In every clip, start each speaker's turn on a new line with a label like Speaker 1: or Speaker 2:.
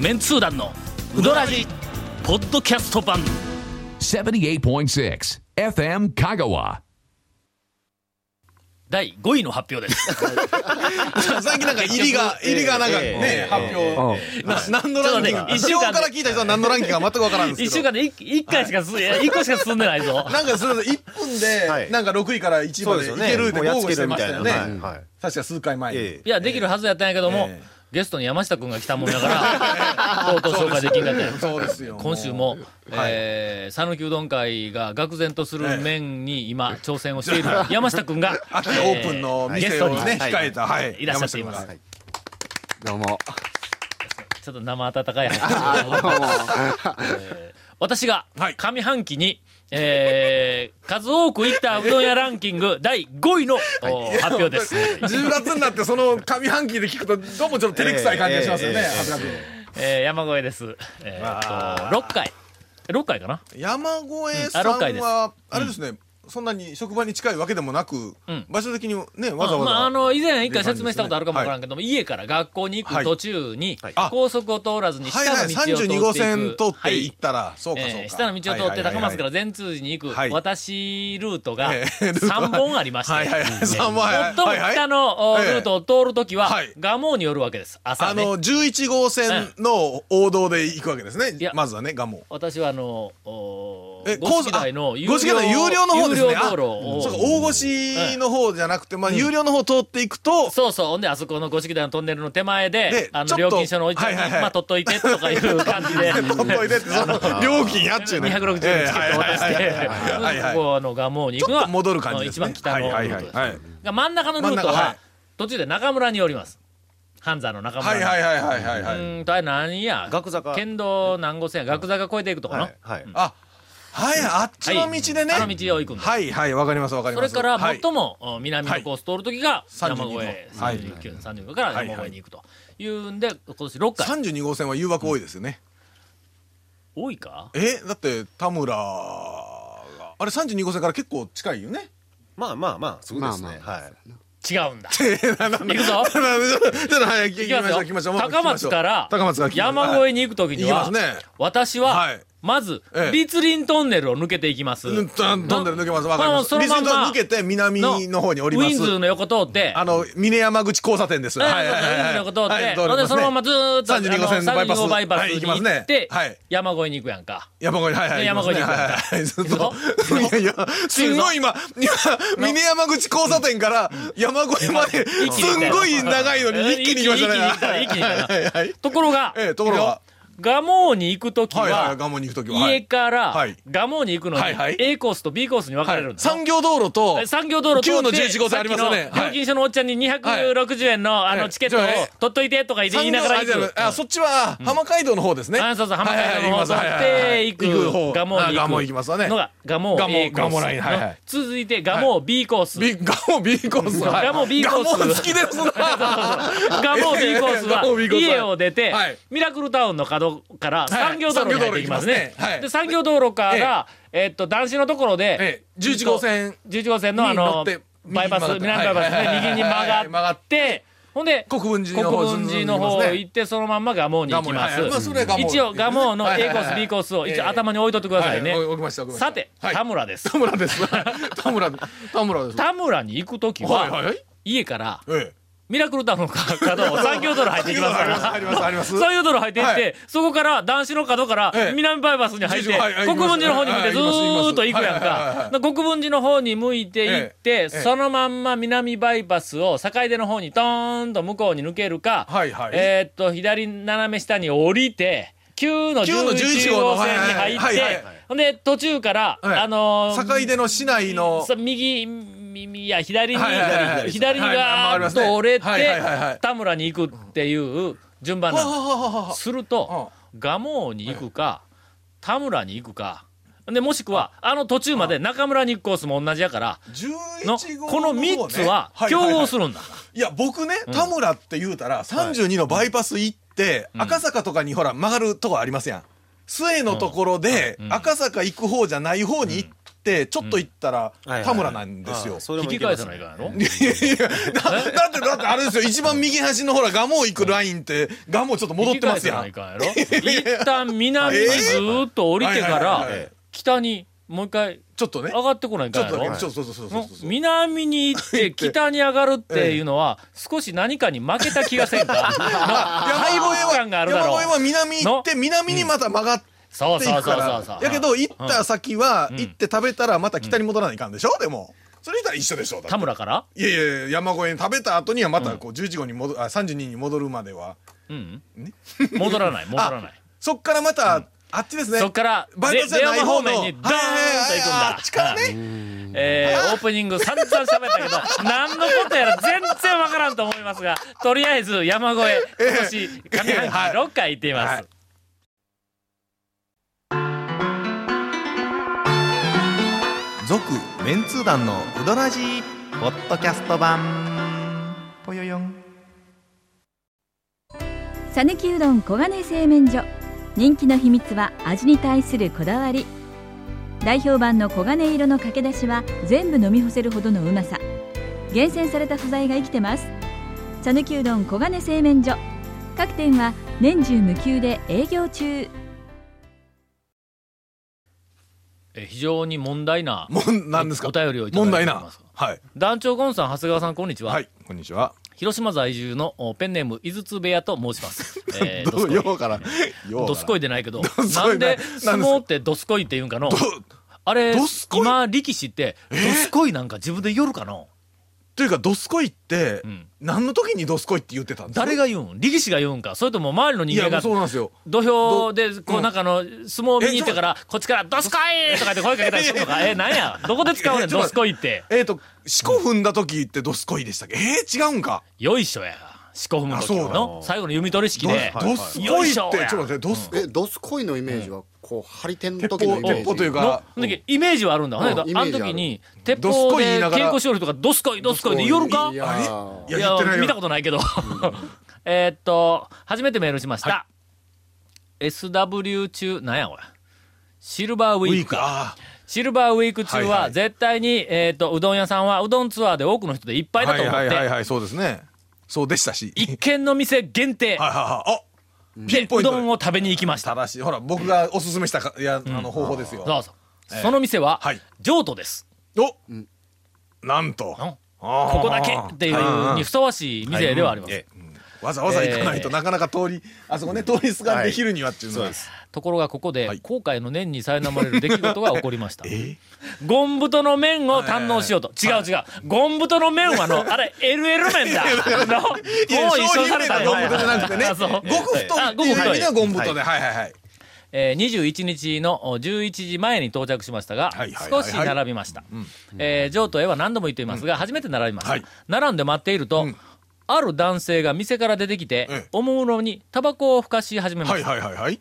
Speaker 1: メンツー団のウドラジポッドキャスト版
Speaker 2: 78.6 FM Kagawa.
Speaker 1: 第5位の発表です
Speaker 3: 最近なんか入りが、入りがなんか
Speaker 4: ええ
Speaker 3: ね、発表。 な何のランキング
Speaker 1: ちょっとね
Speaker 3: か。
Speaker 1: 一
Speaker 3: 一
Speaker 1: 週
Speaker 3: 応
Speaker 1: 間で
Speaker 3: から聞いた人は何のランキングか全くわからんですけ
Speaker 1: 1
Speaker 3: ど。
Speaker 1: 週間で 1, 回しか進んい や一個しか進んでないぞ
Speaker 3: なんかそれで1分
Speaker 4: は
Speaker 3: で、
Speaker 4: い
Speaker 3: なんか6位から1位
Speaker 4: そ
Speaker 3: ま
Speaker 4: うで
Speaker 3: ですい
Speaker 4: よ
Speaker 3: け
Speaker 4: ね。
Speaker 3: るって
Speaker 4: もうや
Speaker 3: 豪
Speaker 4: っ
Speaker 3: 語
Speaker 4: つ
Speaker 3: し
Speaker 4: け
Speaker 3: て
Speaker 4: る
Speaker 3: ま
Speaker 4: み
Speaker 3: した
Speaker 4: い
Speaker 3: た
Speaker 4: な。
Speaker 3: よ
Speaker 4: は
Speaker 3: ね。
Speaker 4: いはい。
Speaker 3: 確か数回前に
Speaker 4: え。
Speaker 1: いやできるはずやったんやけども、
Speaker 3: ええ
Speaker 1: ゲストに山下君が来たもんやから とうとう紹介できんかったよ
Speaker 3: そうですよ。
Speaker 1: 今週も、えー、讃岐うどん会が愕然とする面に今、挑戦をしている山下君が、
Speaker 3: 秋オ
Speaker 1: え
Speaker 3: ープンの
Speaker 1: ゲス
Speaker 3: 店
Speaker 1: ト
Speaker 3: を
Speaker 1: に、
Speaker 3: ね、
Speaker 4: はい
Speaker 3: 控えた、はい
Speaker 1: いらっしゃっています
Speaker 3: 山下君
Speaker 5: どうも。
Speaker 1: ちょっと生温かい話を、 えー私が
Speaker 3: はい
Speaker 1: 上半期に、えー、数多く行ったうどん屋ランキング第5位の、お発表 です。
Speaker 3: が10月になってその上半期で聞くと、どうもちょっと照れくさい感じがしますよね、
Speaker 4: ええええ
Speaker 3: 長谷川君
Speaker 1: えー、山越えです。えー、と6回。6回かな
Speaker 3: 山越さん
Speaker 1: あ六回です
Speaker 3: は、あれですね、そんなに職場に近いわけでもなく、
Speaker 1: ん
Speaker 3: 場所的にね、わざわざ。
Speaker 1: まあ、あの以前一回説明したことあるかもわからんけども、家から学校に行く途中に、
Speaker 3: いはい
Speaker 1: 高速を通らずに下
Speaker 3: はいは
Speaker 1: の
Speaker 3: い、
Speaker 1: 道を通っていく、
Speaker 3: 32号線通って行っ
Speaker 1: は
Speaker 3: たら、そうかそうか、
Speaker 1: えー下の道を通って高松から善通寺に行く
Speaker 3: はい
Speaker 1: 私ルートが
Speaker 3: ええルートが
Speaker 1: 3本ありまして、
Speaker 3: はいはいはい
Speaker 1: えー
Speaker 3: 三本はいはい
Speaker 1: 最も北のお
Speaker 3: はいはい
Speaker 1: ルートを通るときは
Speaker 3: はい、
Speaker 1: 蒲生に寄るわけです、朝
Speaker 3: あ
Speaker 1: ね。
Speaker 3: の、11号線の王道で行くわけですね
Speaker 1: いや。
Speaker 3: まずはね、ガモ。
Speaker 1: 私はあの、お
Speaker 3: え
Speaker 1: 五色台の
Speaker 3: 高
Speaker 1: 有
Speaker 3: 速
Speaker 1: 料
Speaker 3: あ五色台有料の方ですね
Speaker 1: 有料道路を
Speaker 3: あそうか、大越の方じゃなくて、まあ、有料の方通っていくと、
Speaker 1: そうそう。ほんで、あそこの五色台のトンネルの手前で
Speaker 3: で、
Speaker 1: あ
Speaker 3: ちょ
Speaker 1: の、
Speaker 3: っと
Speaker 1: 料金所のおじさんに、
Speaker 3: はいはいはい
Speaker 1: まあ、取っといて、とかいう感じで。
Speaker 3: 取っといてって、その料金やっちゅう
Speaker 1: 260
Speaker 3: ね。
Speaker 1: 円チケットを渡して、
Speaker 3: ええはいはいはいはいはいはい
Speaker 1: ここあの蒲生に行く
Speaker 3: ち
Speaker 1: の
Speaker 3: ょっ
Speaker 1: は
Speaker 3: と戻る感じで
Speaker 1: 一
Speaker 3: すね。
Speaker 1: 番北のル
Speaker 3: はい
Speaker 1: ー
Speaker 3: は
Speaker 1: ト
Speaker 3: い
Speaker 1: です、
Speaker 3: はいはい。
Speaker 1: が真ん中のルート
Speaker 3: 真ん
Speaker 1: は、
Speaker 3: 中はい
Speaker 1: 途中で中村に寄ります半山の中村
Speaker 3: はい
Speaker 1: に、
Speaker 3: はいはいはいはいは
Speaker 1: う
Speaker 3: い。
Speaker 1: ーんとあれ何や
Speaker 4: 学坂
Speaker 1: 県道南五線や学坂越えていくとこの、
Speaker 4: はいはい。
Speaker 3: あ、はい、あっちの道でね。
Speaker 1: あの道を行くんです、
Speaker 3: はいはい、わかりますわかり
Speaker 1: そ
Speaker 3: ま
Speaker 1: れ
Speaker 3: す。
Speaker 1: から
Speaker 3: はい
Speaker 1: 最もお南のコース通るときが
Speaker 3: はい
Speaker 1: 山越え、
Speaker 3: はい
Speaker 1: 39、39から山越えに行くというんで、今年6回、
Speaker 3: 32号線は誘惑多いですよね。
Speaker 1: 多いか
Speaker 3: えだって田村があれ32号線から結構近いよ ね
Speaker 4: まあまあまあ、そうですね。
Speaker 5: まあま
Speaker 4: はい。
Speaker 1: 違うんだ。行くぞ
Speaker 3: ちょっと早く
Speaker 1: 行き
Speaker 3: 行き
Speaker 1: ま
Speaker 3: ますしょ
Speaker 1: よ
Speaker 3: う行きましょう
Speaker 1: 高松から
Speaker 3: 高松から
Speaker 1: 山越え
Speaker 3: え
Speaker 1: に行くときに
Speaker 3: 行きま
Speaker 1: は
Speaker 3: すね、
Speaker 1: 私
Speaker 3: は、
Speaker 1: はいまず
Speaker 3: え、え
Speaker 1: 立林トンネルを抜けていきます。
Speaker 3: うんトントンネル抜けますわかり
Speaker 1: あ
Speaker 3: ま
Speaker 1: の
Speaker 3: す
Speaker 1: その
Speaker 3: リス
Speaker 1: まん
Speaker 3: ント
Speaker 1: ま
Speaker 3: 抜けて南の方におりま
Speaker 1: ウィンズー
Speaker 3: す
Speaker 1: の横通って、
Speaker 3: あの峰山口交差点です
Speaker 1: ええ
Speaker 3: はいはいはいはい
Speaker 1: ウィンズーの横通っ
Speaker 3: は
Speaker 1: て、
Speaker 3: い
Speaker 1: ほんでそのままずーっと、
Speaker 3: 32号線のバイパス
Speaker 1: バイパス
Speaker 3: はい
Speaker 1: に
Speaker 3: 行きます
Speaker 1: 行
Speaker 3: ね
Speaker 1: って
Speaker 3: はい、
Speaker 1: 山越えに行くやんか。
Speaker 3: 山越えはいはい
Speaker 1: 山越えに行く
Speaker 3: はいはいずっ
Speaker 1: 行
Speaker 3: と
Speaker 1: くぞ
Speaker 3: いやいやすごい今今峰山口交差点から山越えまで
Speaker 1: 一気に行
Speaker 3: す
Speaker 1: った
Speaker 3: ん
Speaker 1: よ
Speaker 3: ごい長いのに一気に行きましたね
Speaker 1: 一気に行った一気に行った
Speaker 3: はいはいはい
Speaker 1: ところが、
Speaker 3: ええところが
Speaker 1: いくよ、蒲生に行くとき
Speaker 3: はいはいはい、
Speaker 1: は、
Speaker 3: ガモに行くときは。
Speaker 1: 家から
Speaker 3: はい
Speaker 1: 蒲生に行くのに
Speaker 3: はいはい、
Speaker 1: A コースと B コースに分かれるんだよ。
Speaker 3: 産業道路と、
Speaker 1: え産業道路通って
Speaker 3: 9の11号線ありますよね
Speaker 1: さっきの料金所のおっちゃんに260円の、あ
Speaker 3: は
Speaker 1: の
Speaker 3: い
Speaker 1: チケットを
Speaker 3: じゃあえ
Speaker 1: 取っといてとか言いながら行
Speaker 3: 産業
Speaker 1: く
Speaker 3: 道路。あ、そっちは浜街道の方ですね。
Speaker 1: あそうそう浜
Speaker 3: はい
Speaker 1: 海
Speaker 3: はい
Speaker 1: 道の方通って行く
Speaker 3: はいはいはいはい
Speaker 1: 蒲生に
Speaker 3: あ
Speaker 1: 行
Speaker 3: ガ
Speaker 1: く
Speaker 3: モ行きますわね。
Speaker 1: のが蒲生 A コ
Speaker 3: 蒲生蒲生ラインはいは
Speaker 1: ー
Speaker 3: い
Speaker 1: ス続いて蒲生 B コース
Speaker 3: B、ガモ B コース。はい
Speaker 1: ガモ B コース
Speaker 3: ガモ好 きですな。
Speaker 1: ガモービーコースは
Speaker 3: 蒲生 B コースはい
Speaker 1: 家を出て、
Speaker 3: はい
Speaker 1: ミラクルタウンの角から産業道路に入っていきますね。
Speaker 3: 産業道路行きますねはい
Speaker 1: で産業道路から、えっと男子のところで、
Speaker 3: ええ11号線
Speaker 1: 11号線のあ
Speaker 3: に乗
Speaker 1: の
Speaker 3: って
Speaker 1: バイパス
Speaker 3: 右に
Speaker 1: 南バ
Speaker 3: 曲
Speaker 1: イ
Speaker 3: がっ
Speaker 1: パス
Speaker 3: て
Speaker 1: で
Speaker 3: はい
Speaker 1: 右に曲
Speaker 3: はい
Speaker 1: が
Speaker 3: はい曲が
Speaker 1: っ。
Speaker 3: って
Speaker 1: ほんで
Speaker 3: 国分寺の方
Speaker 1: 国分寺の方行ってそのまんまガモーに行きま
Speaker 3: 蒲生にはいはいまあ
Speaker 1: す
Speaker 3: それは蒲生
Speaker 1: 一応ガモーの
Speaker 3: はい
Speaker 1: A
Speaker 3: は
Speaker 1: コ
Speaker 3: いはい
Speaker 1: ース B コースを一
Speaker 3: ええ
Speaker 1: 応頭に置いとってくださいね
Speaker 3: は置きました置きました
Speaker 1: さて
Speaker 3: はい
Speaker 1: 田村です
Speaker 3: 田村です。 田村、田村です。
Speaker 1: 田村に行く時
Speaker 3: はいはいは
Speaker 1: はい家から
Speaker 3: ええ。
Speaker 1: ミラクルタウンの角を産業道路入っていきますから
Speaker 3: あります、あります。あります
Speaker 1: 産業道路入っていって、
Speaker 3: は
Speaker 1: そこから男子の角から
Speaker 3: ええ
Speaker 1: 南バイパスに入って、
Speaker 3: 十字はいはい
Speaker 1: 国分寺の方に向いて
Speaker 3: はい
Speaker 1: ずーっと
Speaker 3: はい
Speaker 1: 行くやん
Speaker 3: はいはいはい
Speaker 1: か
Speaker 3: は。い
Speaker 1: で国分寺の方に向いて行って、
Speaker 3: ええ
Speaker 1: そのまんま南バイパスを境出の方にトーンと向こうに抜けるか、
Speaker 3: はいはい
Speaker 1: えーっと、左斜め下に降りて、9の
Speaker 3: 9の
Speaker 1: 11
Speaker 3: 11
Speaker 1: 号
Speaker 3: 号
Speaker 1: 線に入っ
Speaker 3: はいはいはいは
Speaker 1: て
Speaker 3: い、
Speaker 1: ほんで途中から、
Speaker 3: はい
Speaker 1: あのー
Speaker 3: 坂出の市内の
Speaker 1: さ、右、右、いや、左に、
Speaker 3: はいはいはいはい
Speaker 1: 左に
Speaker 3: はい
Speaker 1: ガ
Speaker 3: 回り
Speaker 1: ー
Speaker 3: ま
Speaker 1: ッ
Speaker 3: すね
Speaker 1: と折れ
Speaker 3: はいは
Speaker 1: て
Speaker 3: いはいはい、
Speaker 1: 田村に行くっていう順番なんですすると、蒲生に行くか、田村に行くか、で、もしくは、あの途中まで中村に行くコースも同じやから、の、
Speaker 3: 11号
Speaker 1: この
Speaker 3: 方ね
Speaker 1: 3つは
Speaker 3: はいはいはい
Speaker 1: 競合するんだ。
Speaker 3: いや、僕ね、田村って言うたら、32のバイパス行って、赤坂とかにほら、曲がるとこありますやん。末のところで、赤坂行く方じゃない方に行っって、ちょっと行ったら
Speaker 4: はいはい
Speaker 3: 田村なんですよ
Speaker 4: あ。それ
Speaker 1: 引
Speaker 4: も
Speaker 1: き
Speaker 4: いけ
Speaker 1: 返
Speaker 4: ます
Speaker 1: さないかんやろ
Speaker 3: いやいやだだって、だってあれですよ、一番右端のほら、ガモ行くラインって、ガモちょっと戻ってますや
Speaker 1: 引
Speaker 3: ん。
Speaker 1: き返さないかんやろ一旦南にずーっと降りてか
Speaker 3: はいはいはい
Speaker 1: ら
Speaker 3: はい
Speaker 4: はい
Speaker 1: 北にもう一回
Speaker 3: ちょっとね
Speaker 1: 上。がってこない
Speaker 3: ち
Speaker 1: か
Speaker 3: ょ
Speaker 1: ん
Speaker 3: っ
Speaker 1: や
Speaker 3: とね
Speaker 1: ろ、
Speaker 3: ちょっと、そうそうそうそうそう。
Speaker 1: 南に行 って北に上がるっていうのは少し何かに負けた気がせ んか敗北感があるだ
Speaker 3: 山
Speaker 1: ろ
Speaker 3: 越えは
Speaker 1: う
Speaker 3: 南行って、南にまた曲がって
Speaker 1: そう
Speaker 3: い
Speaker 1: そう
Speaker 3: く
Speaker 1: そ
Speaker 3: か
Speaker 1: うそうそ
Speaker 3: ら。
Speaker 1: う
Speaker 3: やけど、行っ
Speaker 1: う
Speaker 3: た先は、
Speaker 1: うん
Speaker 3: 行って食べたら、また北に戻らないかんでしょでも。それ言ったら一緒でしょだって
Speaker 1: 田村から
Speaker 3: いやいやいや山越えに食べた後にはまたこう11号に戻あ32に戻るまでは
Speaker 1: うん
Speaker 3: ね
Speaker 1: 戻らない戻らない
Speaker 3: そっからまたあっちですね
Speaker 1: そっから
Speaker 3: バイ
Speaker 1: レ
Speaker 3: パスじゃない
Speaker 1: レオマ
Speaker 3: 方
Speaker 1: 方
Speaker 3: の
Speaker 1: 面にドーンと行くん
Speaker 3: はいはいはいあ
Speaker 1: だ
Speaker 3: っちからね
Speaker 1: えーオープニング散々喋ったけ ど何のことやら全然わからんと思いますがとりあえず山越え今年上半期6回行っています、
Speaker 3: はい
Speaker 5: 続メンツー団のウドラジポッドキャスト版ぽよよん
Speaker 6: さぬきうどん黄金製麺所人気の秘密は味に対するこだわり代表版の黄金色のかけだしは全部飲み干せるほどのうまさ厳選された素材が生きてますさぬきうどん黄金製麺所各店は年中無休で営業中
Speaker 1: えー非常に問題な
Speaker 3: もんなんですか
Speaker 1: お便りをいただい
Speaker 3: 問
Speaker 1: ており
Speaker 3: 題
Speaker 1: ま
Speaker 3: な
Speaker 1: す
Speaker 3: はい
Speaker 1: 団長ゴンさん長谷川さんこんにちは、
Speaker 3: はいこんにちは
Speaker 1: 広島在住のおペンネーム井筒部屋と申します、 えー、ど
Speaker 3: ど
Speaker 1: す
Speaker 3: う
Speaker 1: こい
Speaker 3: ようからよう
Speaker 1: どすこ
Speaker 3: い
Speaker 1: いでないけど
Speaker 3: すこいな
Speaker 1: なんで
Speaker 3: なんですか
Speaker 1: 相撲ってどすこいって言うんかのあれ
Speaker 3: どすこい
Speaker 1: 今力士ってどすこいなんか自分で言るかの、
Speaker 3: というかどすこいって
Speaker 1: うん
Speaker 3: 何の時にどすこいって言ってたんですか
Speaker 1: 誰が言うん力士が言うんかそれとも周りの
Speaker 3: い
Speaker 1: 人間
Speaker 3: や
Speaker 1: が
Speaker 3: そうなんですよ
Speaker 1: 土俵で、こ
Speaker 3: う
Speaker 1: う、
Speaker 3: ん
Speaker 1: なんかあの、相撲見に行ってから、こっちから、ドスコ イとかって声かけたりするのか、え、なんや、どこで使うねん、
Speaker 3: ちょっ
Speaker 1: ド
Speaker 3: と待って
Speaker 1: スコイって。
Speaker 3: えっと四股踏んだ時ってどすこいでしたっけえー違うんか
Speaker 1: よいしょや。四股踏む
Speaker 3: あ
Speaker 1: 時
Speaker 3: そうだ
Speaker 1: の、最後の弓取り式で、
Speaker 4: はい
Speaker 3: どすこいってちょっ
Speaker 1: よいしょや
Speaker 3: と待ってどすこい
Speaker 7: えドスコイのイメージはこう張り手の
Speaker 3: 鉄
Speaker 7: 時の
Speaker 3: 砲
Speaker 7: イメー
Speaker 3: 鉄
Speaker 7: ジ
Speaker 3: 砲という
Speaker 1: の
Speaker 3: か、
Speaker 1: だけどイメージはあるんだ。だけ
Speaker 7: イ
Speaker 1: ど、
Speaker 7: メ
Speaker 1: あの
Speaker 7: ージある
Speaker 1: 時に、鉄
Speaker 3: どす
Speaker 1: 砲
Speaker 3: こい言
Speaker 1: で
Speaker 3: いながら
Speaker 1: 稽古しよるとか、ドスコイ、ドスコイで
Speaker 7: ドスコイ
Speaker 1: 夜か
Speaker 7: いや
Speaker 3: あれい
Speaker 1: い
Speaker 3: や言ってな
Speaker 1: や、
Speaker 3: いよ
Speaker 1: 見たことないけど。 えーっと、初めてメールしました。SW 中、なんや、これ。シルバーウ
Speaker 3: ウ
Speaker 1: ィ
Speaker 3: ィ
Speaker 1: ー
Speaker 3: ー
Speaker 1: ク
Speaker 3: ク
Speaker 1: か。
Speaker 3: あ
Speaker 1: シルバーウィーク中
Speaker 3: はいは
Speaker 1: はい絶対に、えっ、と、うどん屋さんはうどんツアーで多くの人でいっぱ
Speaker 3: あ
Speaker 1: いだと思って、
Speaker 3: はいそうですねそうでしたし
Speaker 1: 一軒の店限定
Speaker 3: はいはいはい。あ
Speaker 1: で
Speaker 3: ポ
Speaker 1: う
Speaker 3: イント
Speaker 1: どんを食べに行きました。
Speaker 3: 正しい。ほら、僕がおすすめしたかいや、あの、方法ですよ。
Speaker 1: そうそう。その店は
Speaker 3: はい、
Speaker 1: 譲渡です。
Speaker 3: おなんと。
Speaker 1: の
Speaker 3: あー
Speaker 1: ここだけっていうにふさわしい店ではあります。
Speaker 4: え
Speaker 3: わざわざ行かないと
Speaker 1: えー
Speaker 3: なかなか通り、あそこね、通りすがりできるにはっていうのは。
Speaker 1: ところがここで、
Speaker 3: はい
Speaker 1: 後悔の念に苛まれる出来事が起こりま した。ゴン太の麺を堪能しようと。違う違う。ゴン太の麺はの、あれ、LL 麺 だ。の、もう
Speaker 3: いや
Speaker 1: 一緒にされたんや
Speaker 3: 商品名がゴンブトじゃなくてね
Speaker 1: あそう
Speaker 3: 極太
Speaker 1: あ
Speaker 3: って
Speaker 1: 極
Speaker 3: いう
Speaker 1: 太
Speaker 3: 意味ではゴンブトで。はいはいはい。
Speaker 1: えー、21日のお11時前に到着しましたが、
Speaker 3: はいはいはいは
Speaker 1: 少
Speaker 3: い
Speaker 1: し並びました。えー上都へは何度も言っていますが、初めて並びました。
Speaker 3: はい
Speaker 1: 並んで待っていると、
Speaker 3: うん
Speaker 1: ある男性が店から出てきて
Speaker 3: ええ、
Speaker 1: おもむろにタバコをふかし始めました。
Speaker 3: はいはいはいはい。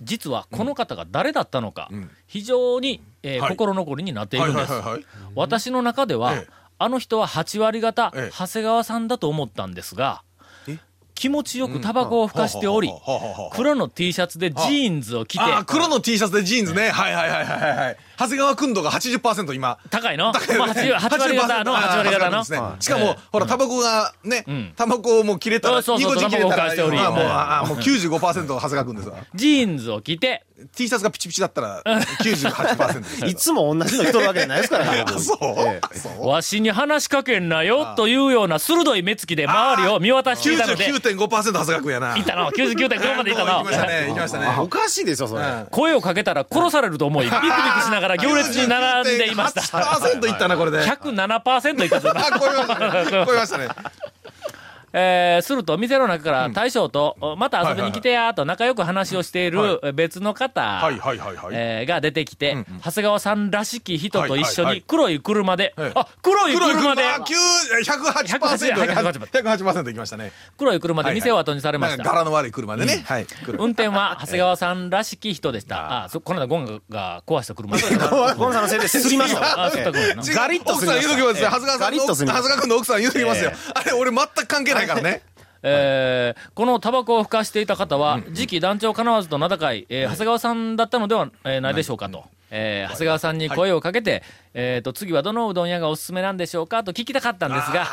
Speaker 1: 実はこの方が誰だったのか、
Speaker 3: ん
Speaker 1: 非常に、えー
Speaker 3: はい
Speaker 1: 心残りになってい
Speaker 3: は
Speaker 1: る
Speaker 3: い
Speaker 1: ん
Speaker 3: は
Speaker 1: で
Speaker 3: い
Speaker 1: す。
Speaker 3: はいはい。
Speaker 1: 私の中では、
Speaker 3: ええ
Speaker 1: あの人は8割方、
Speaker 3: ええ
Speaker 1: 長谷川さんだと思ったんですが、気持ちよくタバコをふかしており、
Speaker 3: はあはあはあはあはあ
Speaker 1: 黒の T シャツでジーンズを着て、
Speaker 3: あー、黒の T シャツでジーンズね。はいはいはいはいはいはい。長谷川くんどが80%今。
Speaker 1: 高いの、まあ、8, 割方の
Speaker 3: あー
Speaker 1: 8割方
Speaker 3: で
Speaker 1: の
Speaker 3: すね
Speaker 1: はい
Speaker 3: しか
Speaker 1: え
Speaker 3: も
Speaker 1: え、
Speaker 3: ほら、タバコがね
Speaker 1: ん、
Speaker 3: タバコをもう切れた
Speaker 1: うん
Speaker 3: ら、
Speaker 1: そうそう
Speaker 3: 個切れた
Speaker 1: タバコを返しており
Speaker 3: ら、あーもう、
Speaker 1: うん
Speaker 3: あーもう95%長谷川くんですわ。
Speaker 1: ジーンズを着て
Speaker 3: T シャツがピチピチだったら98%で す
Speaker 4: えいつも同じの人るわけじゃない ですからね
Speaker 3: あそう、
Speaker 4: え
Speaker 3: そう
Speaker 1: わしに話しかけんなよというような鋭い目つきで周りを見渡していたのでい
Speaker 3: 99.5%長谷川君やな。
Speaker 1: たな99.5までいた
Speaker 3: 行
Speaker 1: な
Speaker 3: きましたね、行きましたね
Speaker 4: え。おかしいですよそ
Speaker 3: う
Speaker 4: れ、
Speaker 3: ん
Speaker 1: 声をかけたら殺されると 思いビクビクしながら行列に並んでいました
Speaker 3: 99.8%いったな、これで。あ、
Speaker 1: 107%いった ぞ
Speaker 3: 超えましたね。超えましたね。
Speaker 1: えーすると店の中から大将と、また遊びに来てやーと仲良く話をしてい
Speaker 3: は
Speaker 1: る別の方、
Speaker 3: はいはいはいはい。
Speaker 1: えーが出てきて、長谷川さんらしき人と一緒
Speaker 3: はいはいは
Speaker 1: に
Speaker 3: い
Speaker 1: 黒い車で、
Speaker 3: ええ
Speaker 1: あ黒い
Speaker 3: 黒い
Speaker 1: 車
Speaker 3: 車
Speaker 1: で
Speaker 3: で108%
Speaker 1: 108%
Speaker 3: ね108%いきましたね。
Speaker 1: 黒い車で店を後にされま
Speaker 3: な
Speaker 1: し
Speaker 3: ん
Speaker 1: た、
Speaker 3: か柄の悪い車でね。はい。
Speaker 1: 運転 は長谷川さんらしき人でした。ああそこの間ゴンが壊した 車です。
Speaker 4: ゴンさんのせいですりました
Speaker 1: ああ、そうだゴンやな。
Speaker 4: ガリッと
Speaker 3: 奥
Speaker 4: す
Speaker 3: さ
Speaker 4: み
Speaker 3: ん
Speaker 4: ま
Speaker 3: 言
Speaker 4: し
Speaker 3: う
Speaker 4: た
Speaker 3: ときますよ。長
Speaker 4: ええ
Speaker 3: 谷川さ
Speaker 4: ガ
Speaker 3: ん
Speaker 4: リ
Speaker 3: の
Speaker 4: ッと
Speaker 3: 奥さ
Speaker 4: すみ
Speaker 3: ん、長
Speaker 4: ました
Speaker 3: 谷川君の奥さん言うときますよ。あれ、俺全く関係ないからね。
Speaker 1: えーこのタバコをふかしていた方は、次期団長かなわずと名高い、えー長谷川さんだったのではえーないでしょうかと。えー長谷川さんに声をかけて、えー、と次はどのうどん屋がおすすめなんでしょうかと聞きたかったんですが、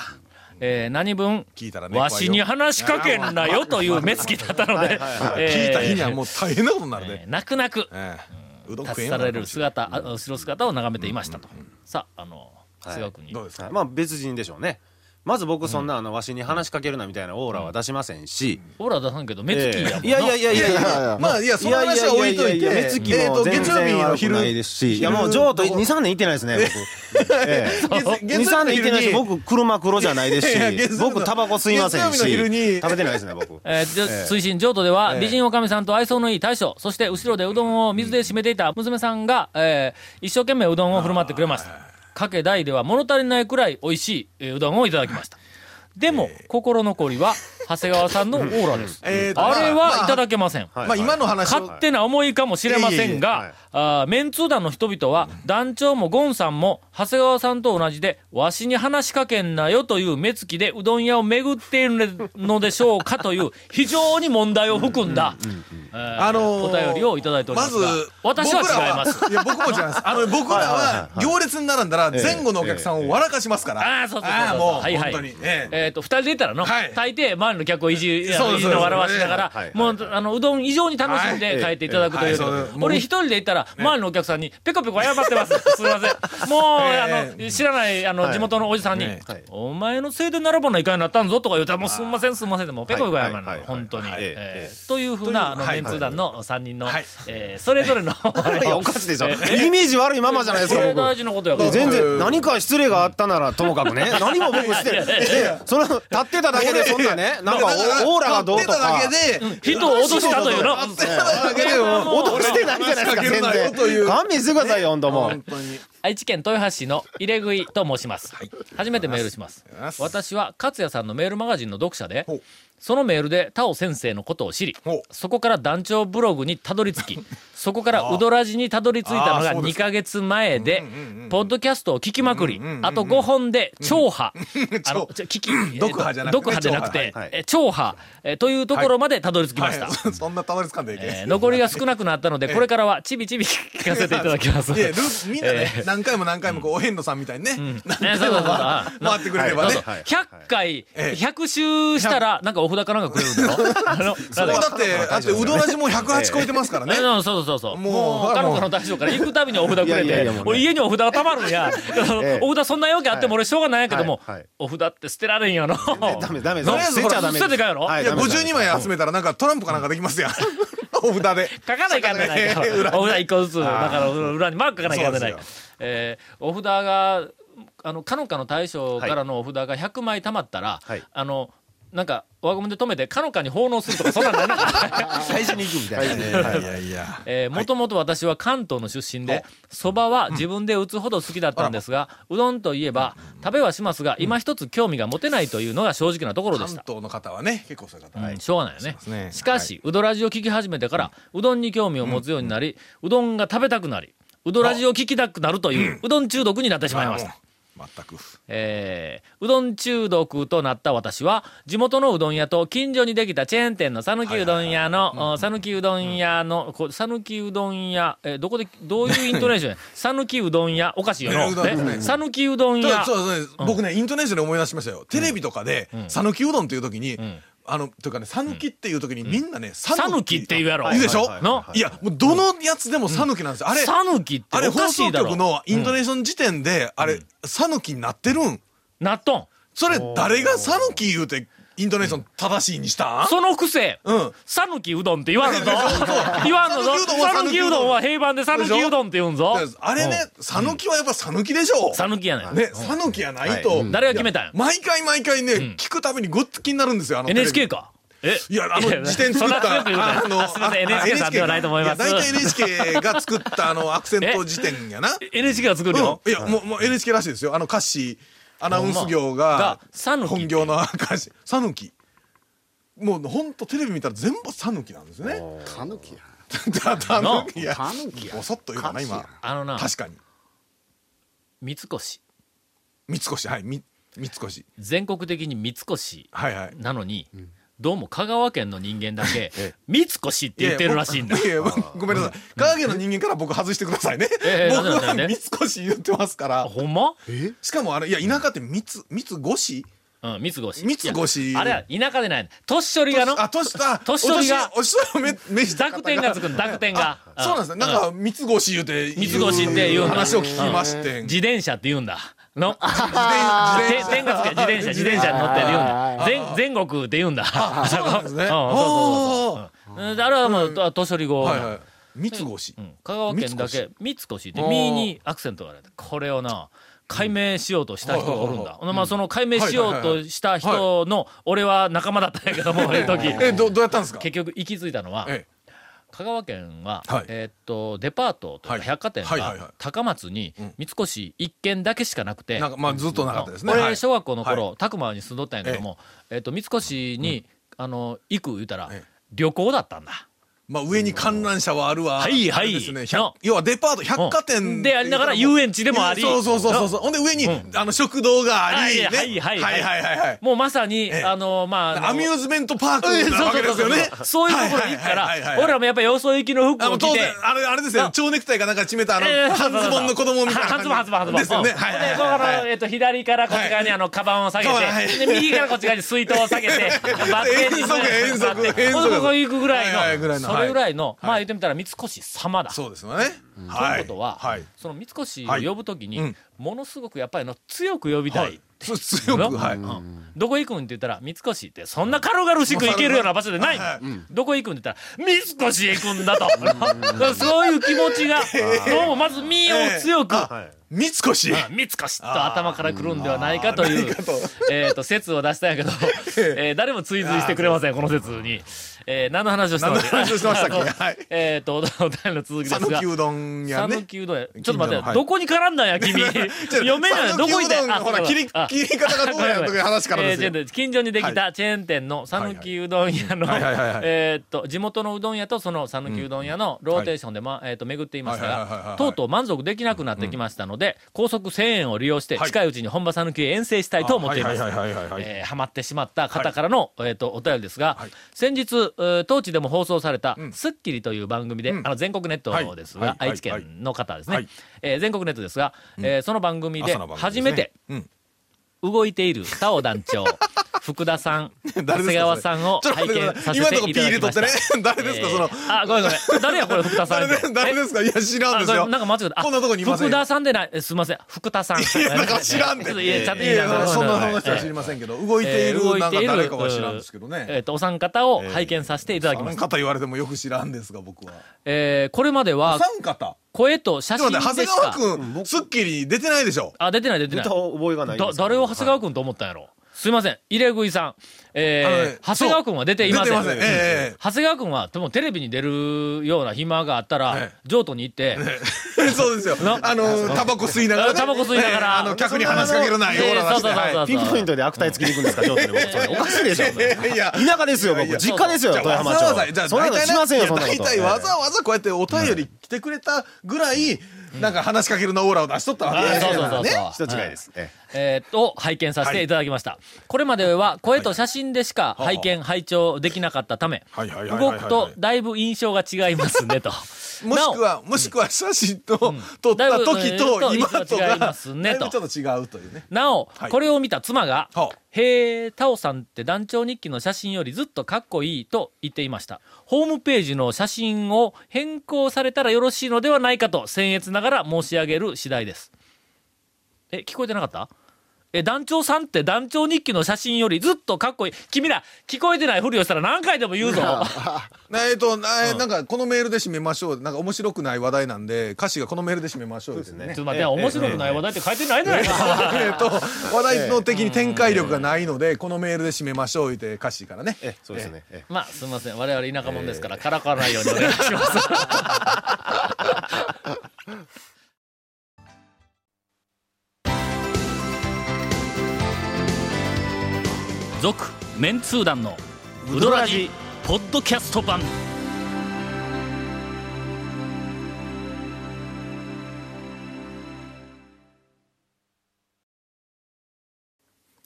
Speaker 1: えー何分
Speaker 3: 聞いたらね
Speaker 1: わしに話しかけんなよという目つきだ ったので、
Speaker 3: 聞いた日には
Speaker 1: えー
Speaker 3: もう大変なことになる
Speaker 1: え
Speaker 3: で
Speaker 1: ー泣く泣く
Speaker 3: ええうどん
Speaker 1: 立
Speaker 3: 食え
Speaker 1: ち
Speaker 3: ん
Speaker 1: 去
Speaker 3: わ
Speaker 1: られる姿、あ後ろ姿を眺めていましたと。さあ、あの、長
Speaker 4: い
Speaker 1: 谷川君に。
Speaker 3: どうですか
Speaker 4: まあ別人でしょうね。まず僕そんな、あの、わしに話しかけるなみたいなオーラは出しませんし。
Speaker 1: オーラ出さんけど、目つきやもんな
Speaker 4: ええいやいやいやいやいや。
Speaker 3: まあいやその話は置いといて
Speaker 4: やややや目つき
Speaker 3: えー
Speaker 4: も
Speaker 3: と
Speaker 4: 全
Speaker 3: 月曜日
Speaker 4: 然
Speaker 3: の
Speaker 4: 悪く
Speaker 3: 昼
Speaker 4: ないですし。いやもう、ジョーと2、3年行ってないですね、僕。ええ
Speaker 3: 月月
Speaker 4: 二三年行ってないし、
Speaker 3: に
Speaker 4: 僕車黒じゃないです
Speaker 3: いやいや月曜
Speaker 4: し、
Speaker 3: 日の
Speaker 4: 僕タバコ吸いませんし、
Speaker 3: 月曜日の昼に
Speaker 4: 食べてないで すね、僕。
Speaker 1: えーじゃ推進譲渡では、美人おかみさんと愛想のいい大将、そして後ろでうどんを水で締めていた娘さんが、えー一生懸命うどんを振る舞ってくれました。かけ大では物足りないくらい美味しいえーうどんをいただきました。でも、心残りは、長谷川さんのオーラです。
Speaker 3: えーと
Speaker 1: あれ
Speaker 3: まあ
Speaker 1: はいただけません。
Speaker 3: まあ今の話を
Speaker 1: 勝手な思いかもしれません
Speaker 3: い
Speaker 1: が、あーメンツー団の人々は、団長もゴンさんも、長谷川さんと同じで、わしに話しかけんなよという目つきで、うどん屋を巡っているのでしょうかという、非常に問題を含んだ、えー
Speaker 3: あのー
Speaker 1: お便りをいただいておりますが、私は
Speaker 3: 僕ら
Speaker 1: 違います。
Speaker 3: いや僕も違いますあの僕らは行列に並んだら前後のお客さんを笑かしますから、
Speaker 1: ああ、そうそうそうそう
Speaker 3: あーもう
Speaker 1: はいはい
Speaker 3: 本当にええ
Speaker 1: えっ、と、二人でいたらの、
Speaker 3: はい
Speaker 1: 大抵周りの客をいじ、あ
Speaker 3: そ
Speaker 1: の
Speaker 3: うそう
Speaker 1: い
Speaker 3: そ
Speaker 1: じ
Speaker 3: う
Speaker 1: の笑わしながら、
Speaker 4: はいはい
Speaker 1: もう、あの、うどん以上に楽しん
Speaker 3: は
Speaker 1: で
Speaker 3: い
Speaker 1: 帰っていただくというよりも、
Speaker 3: はいそう
Speaker 1: 俺
Speaker 3: もう
Speaker 1: 一人でいたら、周りのお客さんに、ペコペコ謝って ます。すいません。もう、あの、知らない、あの、地元のおじさんに、
Speaker 3: ね
Speaker 1: お前のせいで並ばないかになったんぞとか言うたら、もうすんません、すんませんで、もうペコペコ謝る
Speaker 4: はいはいはい
Speaker 1: の、
Speaker 4: はい
Speaker 1: 本当に。
Speaker 4: はい
Speaker 1: えーというふうな、あの、
Speaker 3: はい
Speaker 1: メンツー団の三人の
Speaker 3: はい、
Speaker 1: えーそれぞれの、
Speaker 4: いや、おかしいでしょ。 イメージ悪いままじゃないです
Speaker 1: そ
Speaker 4: か、
Speaker 1: れ
Speaker 4: 僕。
Speaker 1: 大事なことやから。
Speaker 4: 全然、何か失礼があったならともかくね、何も僕して、でその、立ってただけでそんなね、なんかおオーラがどうとか、
Speaker 3: 立ってただけで
Speaker 1: 人を脅したとい うの。
Speaker 3: 立ってただけでも
Speaker 4: 脅してないじゃないですか、
Speaker 3: 話しかけるなよ
Speaker 4: 全
Speaker 3: という
Speaker 4: 然。勘弁してくださいよ、ほんともう。
Speaker 1: 愛知県豊橋市の入れ食いと申します。初めてメールします。私は勝也さんのメールマガジンの読者で
Speaker 3: ほう、
Speaker 1: そのメールで田尾先生のことを知り
Speaker 3: ほう、
Speaker 1: そこから団長ブログにたどり 着き、そこからうどらじにたどり着いた
Speaker 3: あ
Speaker 1: の
Speaker 3: ー
Speaker 1: が
Speaker 3: そうで
Speaker 1: 2
Speaker 3: すか
Speaker 1: ヶ月前で
Speaker 3: うんうんう、ん
Speaker 1: ポッドキャストを聞きまくり
Speaker 3: うんうんう、ん
Speaker 1: あと5本で超波、あの
Speaker 3: 超、
Speaker 1: ちょ聞き、えーと
Speaker 3: 読破じゃなくて
Speaker 1: 読破じゃなくて
Speaker 4: 超波はい、
Speaker 1: えー超波えーというところまでたどり着きました。
Speaker 3: はい そんなたどりつかんでいいけ、
Speaker 1: えー残りが少なくなったの で、これからはちびちび聞かせていただきます。
Speaker 3: いやルーみんなね、何回も何回もこうお遍路さんみたいにね、何回も
Speaker 1: あそうそうそう
Speaker 3: 回ってくれればね、
Speaker 1: そうそう100回、
Speaker 3: ええ
Speaker 1: 100周したら、なんかお札かなんかくれるんだろあの、
Speaker 3: もう
Speaker 1: なん
Speaker 3: だ
Speaker 1: か
Speaker 3: ってだってうどらじも108超えてますから ね
Speaker 1: あのそうそうそう。
Speaker 3: もう
Speaker 1: もう、
Speaker 3: はい
Speaker 1: 彼
Speaker 3: もう
Speaker 1: 女の大将から行くたびにお札くれ
Speaker 4: いやいやい
Speaker 1: て
Speaker 4: やもう、ね
Speaker 1: 俺家にお札がたまるんや。お札そんなわけあっても俺しょうがないんやけども
Speaker 4: はいはい、
Speaker 1: お札って捨てられんやろ。
Speaker 4: ダメダメ
Speaker 3: とりあえず
Speaker 4: 捨てちゃダメ
Speaker 1: 捨ててかんやろ
Speaker 4: はいい
Speaker 3: や
Speaker 4: ダメです
Speaker 3: 52枚集めたらなんかトランプかなんかできますやんお札で
Speaker 1: 書かないかんねないか
Speaker 3: ええ裏。に
Speaker 1: お札一個ずつ、だから裏にマーク書かないかんねな
Speaker 3: そ
Speaker 1: いう
Speaker 3: で。
Speaker 1: えーお札が、あの、かのかの大将からのお札が100枚たまったら
Speaker 4: はい、
Speaker 1: あの、なんか、輪ゴムで止めて、かのかに奉納するとか、そんなんじゃなかった。
Speaker 4: 最初に行くみたいなね。
Speaker 3: いやいや
Speaker 1: えーもともと私は関東の出身で、そばは自分で打つほど好きだったんですが、うどんといえば、食べはしますが、今一つ興味が持てないというのが正直なところで
Speaker 3: 関
Speaker 1: した。
Speaker 3: 東の方はね結構そういう方、
Speaker 1: うん、しょうがないよね。
Speaker 3: ね
Speaker 1: しかし、うどラジを聞き始めてから、うどんに興味を持つようになり、うどんが食べたくなり、うどラジを聞きたくなるという、うどん中毒になってしまいました。
Speaker 3: もう全く
Speaker 1: えーうどん中毒となった私は、地元のうどん屋と近所にできたチェーン店の讃岐うどん屋の、讃岐うどん屋の、こう讃岐うどん屋、えーどこで、どういうイントネーション や讃岐うどん屋、おかしいよな。
Speaker 3: ねうどん屋
Speaker 1: ね讃岐うどん
Speaker 3: ただ
Speaker 1: 屋。
Speaker 3: そうそうそう僕ねイントネーションで思い出しましたよテレビとかで讃岐うどんっていう時に、あのというかね讃岐っていう時にみんなね
Speaker 1: 讃岐って言うやろ。
Speaker 3: 言うでしょ、
Speaker 1: はいの
Speaker 3: いやもうどのやつでも讃岐なんですよあれ
Speaker 1: 讃岐って
Speaker 3: あれ
Speaker 1: お
Speaker 3: 放
Speaker 1: かし
Speaker 3: 送
Speaker 1: いだろ。
Speaker 3: 局のイントネーション時点で、あれ讃岐になってるん
Speaker 1: なっとん。
Speaker 3: それ誰が讃岐言うてイントネーション正しいにしたん
Speaker 1: そのくせ、
Speaker 3: うん
Speaker 1: 讃岐うどんって言わんのぞ
Speaker 3: そう。
Speaker 1: 言わんのぞ
Speaker 3: 讃岐うど
Speaker 1: 讃岐うど
Speaker 3: ん。は
Speaker 1: んは平板で讃岐うどんって言うんぞ
Speaker 3: だ。からあれね讃岐はやっぱ讃岐でしょ
Speaker 1: 讃岐やねん。
Speaker 3: ね讃岐やないと、
Speaker 1: 誰が決めたんや
Speaker 3: 毎回毎回ね、聞くたびにごっつ気になるんですよあのテレビ
Speaker 1: NHK か。え
Speaker 3: いや、あの、自転作
Speaker 1: そん
Speaker 3: っ
Speaker 1: な
Speaker 3: た、
Speaker 1: 強く言うなよ
Speaker 3: の、
Speaker 1: すいません、NHK さんではないと思います。
Speaker 3: や大体 NHK が作った、あの、アクセント辞 典やな。う
Speaker 1: NHK が作るの
Speaker 3: ん。いや、もう、もう NHK らしいですよ。あの、歌詞、アナウンス業が
Speaker 1: が、讃岐
Speaker 3: 本業の 歌詞、サヌキ。もう、ほんとテレビ見たら全部サヌキなんですね。
Speaker 7: タヌキや
Speaker 3: だ、タヌキや。
Speaker 7: タヌキや
Speaker 3: ごそっと言うかな、今。
Speaker 1: あのな、
Speaker 3: 確かに。
Speaker 1: 三越。
Speaker 3: 三越、はい、み三越。
Speaker 1: 全国的に三越
Speaker 3: はいはい。
Speaker 1: なのに、どうも香川県の人間だけ、三越って言ってるらしいんだ。
Speaker 3: いやいやごめんなさい。香川県の人間から僕外してくださいね。
Speaker 1: ええ
Speaker 3: 僕
Speaker 1: な
Speaker 3: は
Speaker 1: んでなん
Speaker 3: 三
Speaker 1: で
Speaker 3: 越言ってますか
Speaker 1: あ
Speaker 3: ら。
Speaker 1: ほんま
Speaker 3: しかもあれ、いや、田舎って三つ、三つ五市
Speaker 1: うん、三越。
Speaker 3: 三越
Speaker 1: いやあれは田舎でないの。年寄りがの
Speaker 3: あ、年下。
Speaker 1: 年寄りが
Speaker 3: お年寄りをめ、めした方
Speaker 1: 濁点がつくの、濁点が。
Speaker 3: そうなんですね。なんか、三越言うて、
Speaker 1: 三越って言うんだ
Speaker 3: 話を聞きまして。
Speaker 1: うんん自転車って言うんだ。の、
Speaker 3: 自転
Speaker 1: て点がつくやん自転車、自転車に乗って言うんだ。全、全国って言うんだ。あ、そう
Speaker 3: なんですね
Speaker 1: んそうそうそうそううん。あれはもう、あ年寄り語。
Speaker 3: はいはい。三越
Speaker 1: う。ん香川県だけ三越で「み」にアクセントがあるこれをな解明しようとした人がおるんだ、ほんでまあ、その解明しようとした人の俺は仲間だったんやけどもあの時
Speaker 3: え、ど、どうやったんですか
Speaker 1: 結局行き着いたのは
Speaker 3: え
Speaker 1: 香川県は、
Speaker 3: はい
Speaker 1: えーっとデパートとか
Speaker 3: はい
Speaker 1: 百貨店
Speaker 3: はいはいはい
Speaker 1: が高松に三越一軒だけしかなくて、
Speaker 3: え。なんか、まあ、ずっとなかったですね。
Speaker 1: 俺、
Speaker 3: はい
Speaker 1: 小学校の頃宅間、に住んどったんやけども、えーっと三越に、あの行く言うたら、
Speaker 3: ええ
Speaker 1: 旅行だったんだ。
Speaker 3: まあ、上に観覧車はあるわ。
Speaker 1: はいはい
Speaker 3: あれですね。
Speaker 1: の
Speaker 3: 百要はデパート、百貨店
Speaker 1: でありながら遊園地でもあり
Speaker 3: そうそうそうそうそう。ほんで上に、
Speaker 1: うん
Speaker 3: あの、食堂があり、ね。
Speaker 1: はいはいはいは
Speaker 3: はいいはいはいはい
Speaker 1: もうまさに、
Speaker 3: ええ
Speaker 1: あのまああの
Speaker 3: アミューズメントパーク
Speaker 1: そう
Speaker 3: な
Speaker 1: そう
Speaker 3: わけで
Speaker 1: そう
Speaker 3: す
Speaker 1: そう
Speaker 3: よね。
Speaker 1: そういうところに行くか
Speaker 3: はいはいはいはい
Speaker 1: ら、
Speaker 3: はい
Speaker 1: 俺らもやっぱよそ行きの服
Speaker 3: あ
Speaker 1: を
Speaker 3: の
Speaker 1: 着
Speaker 3: 当
Speaker 1: て
Speaker 3: 然、、あれ、あれですよ
Speaker 1: な
Speaker 3: ね。蝶ネクタイかなんか締めた、あの、
Speaker 1: えー
Speaker 3: 半ズボンの子供みたいな
Speaker 1: は半
Speaker 3: 感じ。
Speaker 1: ズボン、半ズボン、半ズボン。
Speaker 3: ですよね。
Speaker 1: うん
Speaker 3: はい
Speaker 1: で、こ
Speaker 3: は
Speaker 1: こ
Speaker 3: いはい
Speaker 1: の、えっと、左からこっち側に、あの、カバンを下げ
Speaker 3: カバンはい
Speaker 1: て、で、右からこっち側に水筒を下げ て、バッテンに乗せて
Speaker 3: 遠足遠足
Speaker 1: バッテン
Speaker 3: 遠足
Speaker 1: ここ行くぐ
Speaker 3: はいは
Speaker 1: らい
Speaker 3: いぐ
Speaker 1: の、
Speaker 3: らいの
Speaker 1: それぐらいの、まあ言ってみたら三越様だ。という
Speaker 3: そうですよね。はい。
Speaker 1: ことは
Speaker 3: はい。、
Speaker 1: その三越を呼ぶとき
Speaker 3: はいう
Speaker 1: に
Speaker 3: ん、
Speaker 1: ものすごくやっぱりあの強く呼びた
Speaker 3: はいい。。そう強く、はい。
Speaker 1: うんどこ行くんって言ったら、三越って、そんな軽々しく行けるような場所でない
Speaker 3: はい
Speaker 1: どこ行くんって言ったら、三越へ行くんだと。そういう気持 ちが、どうもまず身を強く、
Speaker 3: あ三越。
Speaker 1: あ三越と頭からくるんではないかという
Speaker 3: ありがとう、
Speaker 1: えっと、説を出したんや けど、えー誰も追随してくれません、この説に。えー何の話をしてました
Speaker 3: 何の話をして ましたっけはい
Speaker 1: えっと、お便りの続きですが。
Speaker 3: 讃岐うどんや
Speaker 1: 讃
Speaker 3: ね。
Speaker 1: 岐うどんやちょっと待って、
Speaker 3: はい
Speaker 1: どこに絡んだんや、 君。読めない。どこ行った
Speaker 3: 讃岐うどんのほら切り
Speaker 1: あ
Speaker 3: 切り方がどうやとかいう話からですよ
Speaker 1: えーちょっと近所にできたチェーン店の讃岐うどん屋の、
Speaker 3: はいはいはいはい
Speaker 1: えーっと、地元のうどん屋とその讃岐うどん屋のローテーションで、まえーっと、巡っていました
Speaker 3: はいはいはいはいは
Speaker 1: が、
Speaker 3: い
Speaker 1: とうとう満足できなくなってきましたので、高速1000円を利用して、
Speaker 3: はい
Speaker 1: 近いうちに本場讃岐へ遠征したいと思っています。
Speaker 3: はいはいは
Speaker 1: えーハマってしまった方からの、えー、とお便りですが、先日、えー当地でも放送された「スッキリ」という番組で、あの全国ネットですが、
Speaker 3: はいはい
Speaker 1: 愛知県の方ですね、
Speaker 3: はい
Speaker 1: えー全国ネットですが、えーその番組で
Speaker 3: 朝の番組
Speaker 1: 初
Speaker 3: ですね
Speaker 1: めて
Speaker 3: うん
Speaker 1: 動いている田尾団 長福田さん長
Speaker 3: 誰ですか
Speaker 1: 谷川さんを
Speaker 3: ちょっと
Speaker 1: 拝
Speaker 3: 待って
Speaker 1: 見
Speaker 3: く
Speaker 1: させ
Speaker 3: ださい。今のと
Speaker 1: て
Speaker 3: こ
Speaker 1: い
Speaker 3: ピー
Speaker 1: た
Speaker 3: 入
Speaker 1: だ
Speaker 3: れ
Speaker 1: き
Speaker 3: と
Speaker 1: ましてた
Speaker 3: っね。 誰ですか、その
Speaker 1: え。ーあごめんごめん誰やこれ福田さん
Speaker 3: 誰
Speaker 1: って
Speaker 3: で誰ですかいや、知らん
Speaker 1: あご
Speaker 3: です
Speaker 1: め
Speaker 3: よ
Speaker 1: ん。なんか間違えた。あ
Speaker 3: こんなとこにいません
Speaker 1: 福
Speaker 3: よ
Speaker 1: 田さんでない、えすみません。福田さん。
Speaker 3: いやだから知らんで
Speaker 1: ちょっといやちゃんと
Speaker 3: い
Speaker 1: いや
Speaker 3: やいや、そんな
Speaker 1: ごめごめ
Speaker 3: 話は知りませんけど、動いてい
Speaker 1: えー動
Speaker 3: る、
Speaker 1: い
Speaker 3: なん
Speaker 1: て
Speaker 3: か
Speaker 1: いる
Speaker 3: 誰かは知らんですけど
Speaker 1: え
Speaker 3: ね。
Speaker 1: っ、と、お三方を拝見させていただきま
Speaker 3: 三
Speaker 1: した。
Speaker 3: 方言われてもよく知らんですが、僕は。
Speaker 1: えーこれまでは
Speaker 3: 三、方
Speaker 1: 声と写
Speaker 3: ちょ
Speaker 1: 真
Speaker 3: っと
Speaker 1: で
Speaker 3: 待って、
Speaker 1: し
Speaker 3: 長
Speaker 1: か。
Speaker 3: 谷川くん、スッキリ出てないでしょ。
Speaker 1: あ、出てない出てない。だ
Speaker 4: 歌覚えがないんですけど
Speaker 1: 誰を長谷川くんと思ったんやろ。すいません。入れ食いさん。えー
Speaker 3: あのね
Speaker 1: 長谷川くんは出ていません。
Speaker 3: 出てませんええええ
Speaker 1: 長谷川くんは、でもテレビに出るような暇があったら、
Speaker 3: ええ
Speaker 1: 譲渡に行って、
Speaker 3: そうですよ。あの、タバコ吸いながらね。
Speaker 1: タバコ吸いながら
Speaker 3: ええあの、客に話しかけるな、ような話で。はい
Speaker 4: ピンポイントで悪態つきに行くんですか、京都に僕そ れおかしいでしょ。
Speaker 3: いやいや
Speaker 4: 田舎ですよ、僕。実家ですよ、
Speaker 3: じゃあ
Speaker 4: 富
Speaker 3: わ
Speaker 4: 山
Speaker 3: ざわざ、じゃ
Speaker 4: 町。
Speaker 3: あ
Speaker 4: そん
Speaker 3: 大
Speaker 4: なの
Speaker 3: 体
Speaker 4: し
Speaker 3: ね
Speaker 4: ませんよ、そんなこ
Speaker 3: 大
Speaker 4: と。
Speaker 3: 体わざわざこうやってお便り来てくれたぐらい、なんか話しかけるなオーラを出しとったわけ
Speaker 1: あそうそうそう
Speaker 3: ね
Speaker 1: そ
Speaker 4: 人
Speaker 1: う。
Speaker 4: 違いです。え
Speaker 1: えーっと、拝見させていただきました。これまでは声と写真でしか拝見、拝聴できなかったため、
Speaker 3: はいはいはいはいは
Speaker 1: 動
Speaker 3: い
Speaker 1: くとだいぶ印象が違いますねと。
Speaker 3: もしくは、もしくは写真と撮った時
Speaker 1: だい
Speaker 3: と
Speaker 1: ぶ
Speaker 3: 今
Speaker 1: だ
Speaker 3: と
Speaker 1: いぶ違
Speaker 3: が、
Speaker 1: いますねと
Speaker 3: だいぶちょっと違うというね。
Speaker 1: なお、
Speaker 3: はい
Speaker 1: これを見た妻が
Speaker 3: はあ
Speaker 1: 「へえタオさんって団長日記の写真よりずっとかっこいい」と言っていましたホームページの写真を変更されたらよろしいのではないかと僭越ながら申し上げる次第ですえ聞こえてなかったえ団長さんって団長日記の写真よりずっとかっこいい君ら聞こえてないふりをしたら何回でも 言うぞ
Speaker 3: えっと、なえなんかこのメールで締めましょう。なんか面白くない話題なんで、歌詞がこのメールで締めましょうですね
Speaker 1: ちょっ。と待って面白くない話題って書いてないんじゃないか
Speaker 3: えっと、話題の的に展開力がないので、このメールで締めましょう言って歌詞からね。
Speaker 4: え、そうですね。え
Speaker 1: まあすみません我々田舎者ですからからかわないようにお願いします続メンツー団のウドラジポッドキャスト版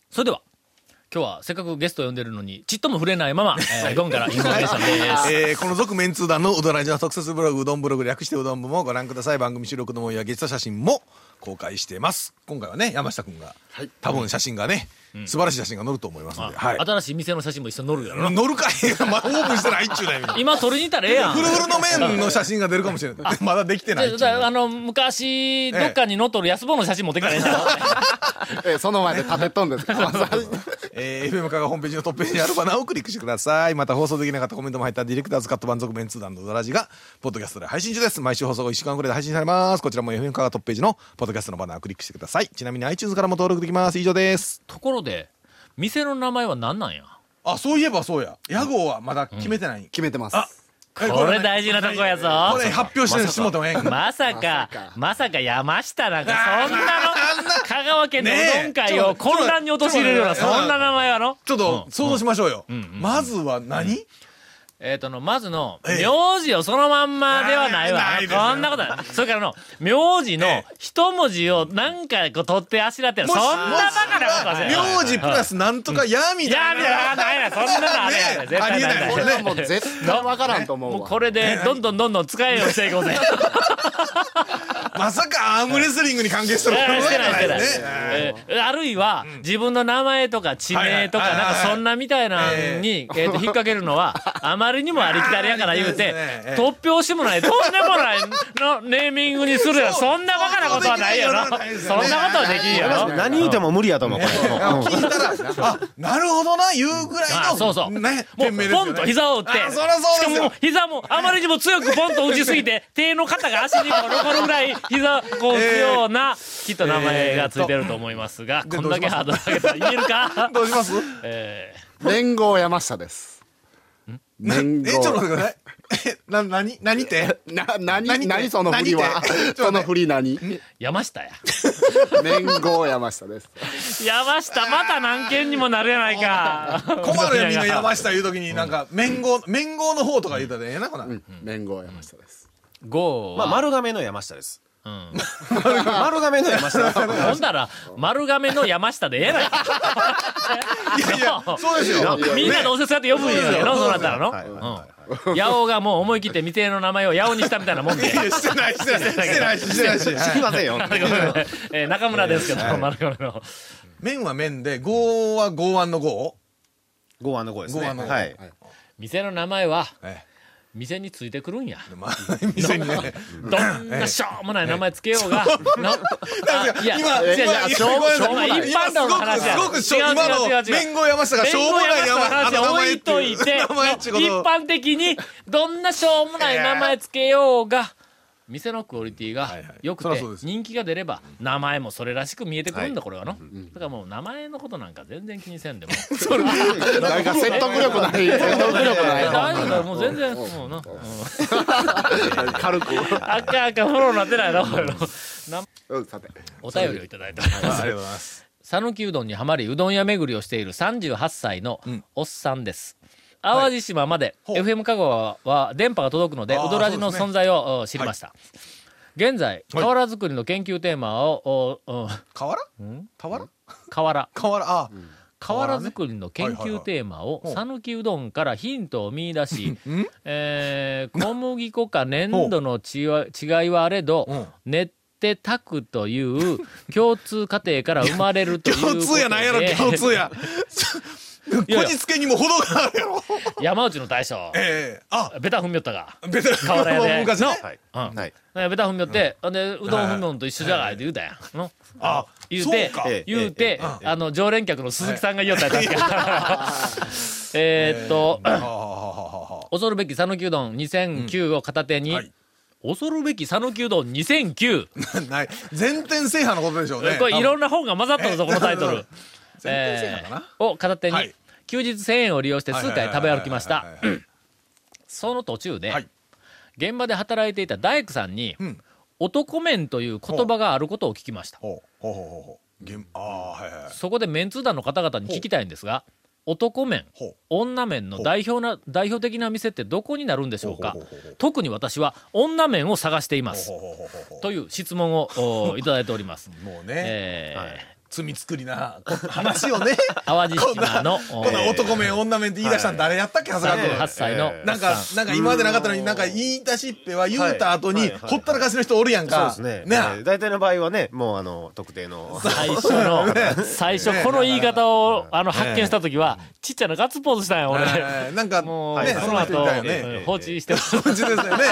Speaker 1: それでは今日はせっかくゲスト呼んでるのに、ちっとも触れないまま、えー、ゴンからインフォメーションです。
Speaker 3: えーこの続メンツー団のうどらじの特設ブログ、うどんブログ略してうどん部もご覧ください。番組収録の模様やゲスト写真も公開しています。今回はね、山下くんが、多分写真がね、素晴らしい写真が載ると思いますので、はい。
Speaker 1: 新しい店の写真も一緒に載るやろな。
Speaker 3: 乗るかいまだオープンしてないっちゅうねん。フ
Speaker 1: 今撮りに行ったらええやん。
Speaker 3: ルフルの麺の写真が出るかもしれない。まだできてないっちゅう
Speaker 1: じゃあ
Speaker 3: ね
Speaker 1: あの、昔、どっかに乗っとる安坊の写真持ってきたらええんちゃう
Speaker 7: えーその前で立てとん ですから。
Speaker 3: えー、FM カがホームページのトップページにあるバナーをクリックしてください。また放送できなかったコメントも入ったディレクターズカット満足メンツー団のうどらじが、ポッドキャストで配信中です。毎週放送後1週間くらいで配信されます。こちらも FM カがトップページのポッドキャストのバナーをクリックしてください。ちなみに iTunes からも登録できます。以上です。
Speaker 1: ところで、店の名前は何なんや
Speaker 3: あ、そういえばそうや。屋号はまだ決めてない。
Speaker 7: 決めてます。
Speaker 3: あえ
Speaker 1: これ大事なとこやぞ
Speaker 3: これ発表してるしもてもええんか。
Speaker 1: まさか
Speaker 7: まさか、
Speaker 1: まさか山下なんか、そんなの
Speaker 3: あんな、
Speaker 1: 香川県のうどん
Speaker 3: ね
Speaker 1: 会
Speaker 3: えちょ
Speaker 1: を
Speaker 3: っと待って
Speaker 1: 混乱に陥れるような、
Speaker 3: ちょっと
Speaker 1: そ
Speaker 3: 待って
Speaker 1: んな名前やろ
Speaker 3: ちょっと
Speaker 1: うん
Speaker 3: 想像しましょうよ。
Speaker 1: ん
Speaker 3: まずは何、
Speaker 1: えっ、との、まずの、
Speaker 3: ええ
Speaker 1: 名字をそのまんまではないわ。
Speaker 3: ないですね
Speaker 1: こんなことはそれからの、名字の
Speaker 3: え
Speaker 1: 一文字を何回こう取ってあしらってる。そんなバカなことはせん
Speaker 3: 名字プラスなんとか闇
Speaker 1: い
Speaker 3: だ
Speaker 1: やめろ、ないな、そんなのあれや
Speaker 3: ね
Speaker 1: 絶対ない
Speaker 3: ありえない
Speaker 7: これはもう絶対わからんと思うわ。
Speaker 1: もうこれで、どんどんどんどん使えようとしていこうぜ。
Speaker 3: まさかアームレスリングに関係してる
Speaker 1: いやしてないしてない
Speaker 3: ね。
Speaker 1: えーあるいは、自分の名前とか地名とか、
Speaker 3: はいはい
Speaker 1: なんかそんなみたいなのに、えっと、引っ掛けるのは、あまりにもありきたりやから言う
Speaker 3: あ
Speaker 1: て
Speaker 3: ーそう ですねえ、え
Speaker 1: 突拍子もない、とんでもないのネーミングにするやろ。そんなバカなことはないやろ。そん
Speaker 3: そう
Speaker 1: な
Speaker 3: そうできないよな
Speaker 1: ことはできんやろ。
Speaker 4: 何言うても無理やと思う、これ。
Speaker 3: 聞いたら、あ、なるほどな、言うぐらい
Speaker 1: あ
Speaker 3: の。
Speaker 1: そうそう。
Speaker 3: ね、
Speaker 1: もう、
Speaker 3: 店名です
Speaker 1: ポ
Speaker 3: よね
Speaker 1: ンと膝を打って、
Speaker 3: あそりゃそうです
Speaker 1: しかも
Speaker 3: よ。、
Speaker 1: 膝もあまりにも強くポンと打ちすぎ て、手の肩が足にも残るぐらい、膝をこう打つような、きっと名前がついてると思いますが、
Speaker 3: で
Speaker 1: こんだけハードル上げたら言えるか
Speaker 3: どうします
Speaker 1: え
Speaker 7: 連合山下です。連
Speaker 3: え、ちょっと待って
Speaker 7: 合。
Speaker 3: ください。え、な、なに、な にって
Speaker 7: な、な
Speaker 3: 何て
Speaker 7: に、なにその振りは
Speaker 3: 何て。
Speaker 7: その振り何
Speaker 1: ー山下や。
Speaker 7: 連合山下です。
Speaker 1: 山下、また何件にもなるやないか。
Speaker 3: 困る闇の 山下言うときに、なんか、面号、面号の方とか言うたらええな、こな。
Speaker 7: 連合山下です。
Speaker 1: ゴー
Speaker 4: まあ、
Speaker 1: は。
Speaker 4: 丸亀の山下です。
Speaker 1: うん
Speaker 4: 丸亀の山下。
Speaker 1: ほんだら、丸亀の山下でええやないか。
Speaker 3: いやいや、そうですよ。
Speaker 1: みんなどうせそうやって呼ぶんやけど、そうなったらの。うん八尾がもう思い切って未定の名前を八尾にしたみたいなもんで
Speaker 3: い。やいやしてない、してない、してないし、してないし。 はい
Speaker 7: すいませんよ。
Speaker 1: えー 中村ですけど、丸亀の。
Speaker 3: 麺は麺で、号は剛腕の号
Speaker 4: 剛腕の子ですね。
Speaker 3: 剛腕の子
Speaker 4: はい。
Speaker 1: 店の名前は、
Speaker 3: え
Speaker 1: 店についてくるんや。
Speaker 3: え。まあ、店にね。
Speaker 1: どんなしょうもない名前つけよう が。なあいや、
Speaker 3: 今、
Speaker 1: 違う違う
Speaker 3: 今
Speaker 1: しょうもしょうもない。
Speaker 3: 今
Speaker 1: 一般論の話や。
Speaker 3: すごく、すごくしょ、
Speaker 1: 違う違う
Speaker 3: 今
Speaker 1: 違う違う
Speaker 3: の、弁護山下がしょうもない
Speaker 1: 弁護
Speaker 3: 山、
Speaker 1: 山下の
Speaker 3: あの名
Speaker 1: 話は置
Speaker 3: 前
Speaker 1: いといて、
Speaker 3: 名前っちゅうこと
Speaker 1: 一般的に、どんなしょうもない名前つけようが、店のクオリティが
Speaker 3: はいはい
Speaker 1: 良く
Speaker 3: そら
Speaker 1: て
Speaker 3: そうです
Speaker 1: 人気が出れば名前もそれらしく見えてくるんだこれはのだからもう名前のことなんか全然気にせんでも
Speaker 7: なんか説得力ない。説得力ない
Speaker 1: 大
Speaker 7: な。
Speaker 1: 丈夫だよもう全然もうな
Speaker 7: 軽く。
Speaker 1: 赤赤フォローなってないなこれの
Speaker 7: うん、さて。
Speaker 1: お便りをいただいております
Speaker 3: ありがとうございます。
Speaker 1: 讃岐うどんにはまりうどん屋巡りをしている38歳の
Speaker 3: ん
Speaker 1: おっさんです、淡路島まで
Speaker 3: ほう
Speaker 1: FM 香川は電波が届くので
Speaker 3: あー
Speaker 1: うどらじの
Speaker 3: そう
Speaker 1: 存
Speaker 3: です
Speaker 1: 在を、お知りました、現在瓦作りの研究テーマを、おお
Speaker 3: 河原俵
Speaker 1: 瓦
Speaker 3: 河原、あ、
Speaker 1: 瓦作りの研究テーマを
Speaker 3: はいはい
Speaker 1: 讃岐うどんからヒントを見出 し
Speaker 3: ん、
Speaker 1: えー小麦粉か粘土のちわ違いはあれど、
Speaker 3: うん
Speaker 1: 練って炊くと いう共通過程から生まれるということで
Speaker 3: 共通やない やろ、共通や。こ
Speaker 1: いや
Speaker 3: じつけにも程があるやろ。
Speaker 1: 山内の大将
Speaker 3: ええ。あ、
Speaker 1: ベタ踏みよったが、
Speaker 3: ベテラン
Speaker 1: 河原屋で
Speaker 3: 昔ね。
Speaker 1: うん
Speaker 5: はい
Speaker 1: ねベタ踏みよって、ほんでうどん踏みよんと一緒じゃないって言うたやん、の
Speaker 3: あ、
Speaker 1: 言う
Speaker 3: そ
Speaker 1: て
Speaker 3: うか。
Speaker 5: え
Speaker 1: 言うて、
Speaker 3: え
Speaker 1: あの常連客の鈴木さんが言おったやつ やんかえーっと、
Speaker 3: はあはあはあはあ
Speaker 1: 恐るべき讃岐うどん2009を片手に、
Speaker 3: はい
Speaker 1: 恐るべき讃岐うどん2009、
Speaker 3: ない。全店制覇のことでしょうね。
Speaker 1: これい
Speaker 3: 多
Speaker 1: ろ
Speaker 3: 分
Speaker 1: んな本が混ざっとるぞ、
Speaker 3: え
Speaker 1: このタイ トル。
Speaker 3: 全店制覇かな。
Speaker 1: えーを片手に、
Speaker 3: はい
Speaker 1: 休日1000円を利用して数回食べ歩きました
Speaker 3: はいはいはいはいはい。
Speaker 1: その途中で、
Speaker 3: はい
Speaker 1: 現場で働いていた大工さんに、
Speaker 3: うん
Speaker 1: 男麺という言葉があることを聞きました
Speaker 3: ほうほうほうほうほう。ゲーム、ああ、はいはいはい。
Speaker 1: そこでメンツー団の方々に聞きたいんですが男麺
Speaker 3: ほう。
Speaker 1: 女麺の代表な代表的な店ってどこになるんでしょうか
Speaker 3: ほうほうほうほう
Speaker 1: 特に私は女麺を探しています
Speaker 3: ほうほうほうほうほう
Speaker 1: という質問をおいただいております。
Speaker 3: もうね、
Speaker 1: えー
Speaker 3: 罪作りなこ話をね
Speaker 1: 淡路島の
Speaker 3: こんな男面女面って言い出したの誰やったっけ長谷川君
Speaker 1: 8歳の
Speaker 3: なんか、なんか今までなかったのに、なんか言い出しっぺは言うた後
Speaker 4: は
Speaker 3: に、
Speaker 4: いはいはい
Speaker 3: ほったらかしの人おるやん
Speaker 4: そうで
Speaker 3: か。
Speaker 4: すね。
Speaker 3: なあ
Speaker 4: えー大体の場合はね、もうあの、特定の。
Speaker 1: 最初の最初この言い方をあの発見した時はちっちゃなガッツポーズしたんや俺
Speaker 3: えーなんか、ね、
Speaker 1: もう
Speaker 3: そ
Speaker 1: その
Speaker 3: の人
Speaker 1: 後
Speaker 3: みたいね。
Speaker 1: 放置してます
Speaker 3: 感じですよね。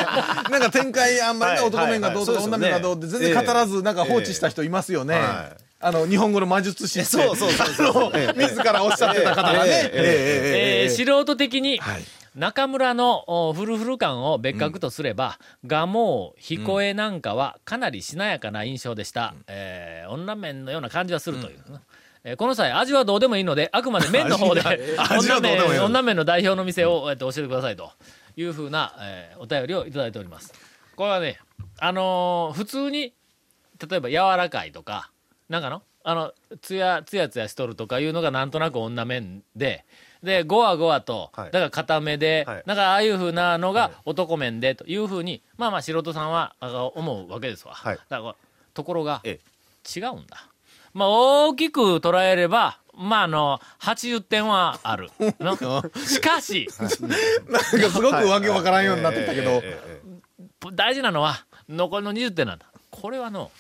Speaker 3: なんか展開あんまりね
Speaker 4: はい
Speaker 3: 男面がどうとか
Speaker 4: はい
Speaker 3: 女
Speaker 4: はい
Speaker 3: 面がどうって全然語らず、なんか放置した人いますよね。
Speaker 4: はい
Speaker 3: あの、日本語の魔術師って。
Speaker 4: そうそうそうそう
Speaker 3: あの自らおっしゃってた方が
Speaker 1: えー
Speaker 3: ね。ええええええ
Speaker 1: 素人的に
Speaker 3: はい
Speaker 1: 中村のおフルフル感を別格とすれば、蒲生彦恵なんかはかなりしなやかな印象でした、えー女面のような感じはするという、えーこの際味はどうでもいいのであくまで麺の方で
Speaker 3: 味 は
Speaker 1: 女
Speaker 3: どうでもいい
Speaker 1: 面女面の代表の店を、えっと教えてくださいというふうな、えーお便りをいただいておりますこれはねあのー普通に例えば柔らかいとかなんかのあのつやつやつやしとるとかいうのがなんとなく女面ででごわごわと、
Speaker 4: はい
Speaker 1: だから固めで、
Speaker 4: はい
Speaker 1: なんかああいうふうなのが男面でというふうにまあまあ素人さんはあの思うわけですわ、
Speaker 4: はい
Speaker 1: だからところが
Speaker 4: え
Speaker 1: 違うんだまあ大きく捉えればまああの80点はあ るのしかし
Speaker 3: なんかすごくわけわからんようになってきたけど。
Speaker 1: 大事なのは残りの20点なんだこれはの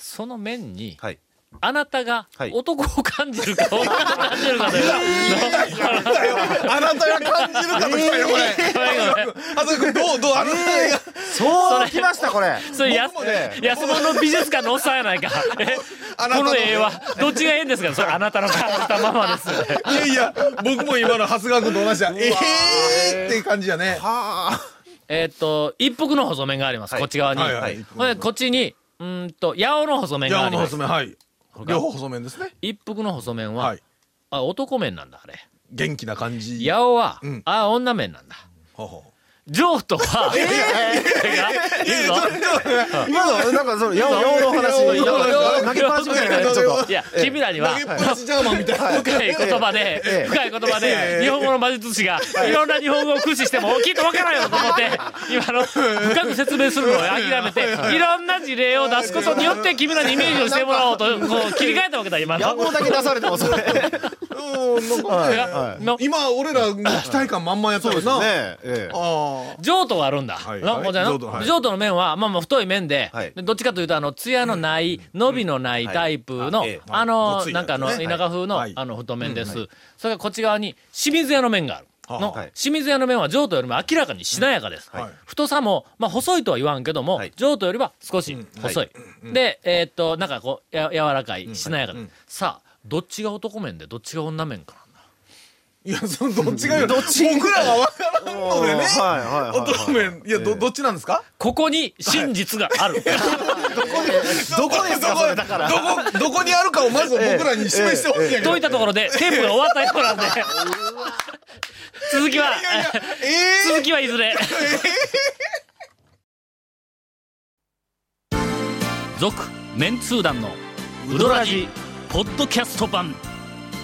Speaker 1: その面に、
Speaker 4: はい
Speaker 1: あなたが
Speaker 4: はい
Speaker 1: 男を感じるか女を感じるかという
Speaker 3: あなたが感じるかときたよ、これ。
Speaker 1: ごめんごめん
Speaker 3: あそこどう、どう、あなたが。
Speaker 4: そう来ました、これ。
Speaker 1: それ安
Speaker 3: 僕もね
Speaker 1: 安物の美術館のおっさんやないかえ
Speaker 3: あなた
Speaker 1: こ
Speaker 3: の
Speaker 1: の絵はどっちがええんですかそれあなたの感じたままです
Speaker 3: いやいや、僕も今の長谷川君と同じだ。ええーって感じやね。
Speaker 1: えーっと一服の細麺があります、こっち側に、
Speaker 3: はいはい
Speaker 1: ほんでこっちにうーんと八尾の細麺
Speaker 3: いや、
Speaker 1: が
Speaker 3: あ
Speaker 1: あり
Speaker 3: の
Speaker 1: ま
Speaker 3: 細
Speaker 1: す
Speaker 3: 麺、はい。両方細麺ですね。
Speaker 1: 一服の細麺は、
Speaker 3: はい。
Speaker 1: あ男麺なんだあれ
Speaker 3: 元気な感じ。
Speaker 1: 八尾は、
Speaker 3: うん
Speaker 1: あ女麺なんだ
Speaker 3: ほうほ
Speaker 1: 上都は、えー、いいぞ
Speaker 4: 今の、なんかその、やおやおの
Speaker 3: や
Speaker 4: 話。
Speaker 3: おやおの話
Speaker 4: 投げっぱなしみたいな、ちょっ
Speaker 1: いや君らに
Speaker 3: う。
Speaker 1: は
Speaker 3: 投げっぱなしジャーマンみたいな。
Speaker 1: 深い言葉で、深い言葉
Speaker 3: え
Speaker 1: で、
Speaker 3: え
Speaker 1: 日本語の魔術師が、いろんな日本語を駆使しても、きっとわからないよと思って、今の、深く説明するのを諦めて、いろんな事例を出すことによって、君らにイメージをしてもらおうと、こう、切り替えたわけだ、今
Speaker 4: と。野望
Speaker 1: の。
Speaker 4: だけ出されても、それ。
Speaker 3: うん、なんかね。
Speaker 1: の、
Speaker 3: 今、俺らの期待感満々やったよな。
Speaker 4: ねええ。
Speaker 3: あ
Speaker 1: 上都があるんだ。
Speaker 3: はい
Speaker 1: の
Speaker 3: はい
Speaker 1: こちらの
Speaker 3: 上都はい
Speaker 1: 上都の麺は、まあまあ太い麺で、
Speaker 4: はい
Speaker 1: でどっちかというと、あの、艶のない、伸びのないタイプの
Speaker 4: はいええ、
Speaker 1: あ
Speaker 3: ご
Speaker 1: の、
Speaker 3: つい
Speaker 1: な
Speaker 3: や
Speaker 1: ん
Speaker 3: つ
Speaker 1: かあの、
Speaker 3: ね
Speaker 1: 田舎風の
Speaker 3: はい、
Speaker 1: あの、太麺です。それからこっち側に、清水屋の麺がある。
Speaker 3: あ
Speaker 1: の
Speaker 4: はい、
Speaker 1: 清水屋の麺は上都よりも明らかにしなやかです
Speaker 3: うんはい。
Speaker 1: 太さも、まあ細いとは言わんけども
Speaker 4: はい、
Speaker 1: 上都よりは少し細い。で、えーっと、なんかこう、や柔らかい、しなやかで。さあ、どっちが男麺で、どっちが女麺かなんだ。
Speaker 3: あ。いや、その、どっちがよ。僕らがわからんのでね。
Speaker 4: はいはいはいはい
Speaker 3: 乙女麺。いや、ど、どっちなんですか
Speaker 1: ここに真実がある。
Speaker 3: どこですかそれどこ、どこにあるかをまず僕らに示してほしいんやけど
Speaker 1: といったところで、テープが終わったようなんで。 続きは、続きはいずれ。 続、メンツー団の、ウドラジ、ポッドキャスト版。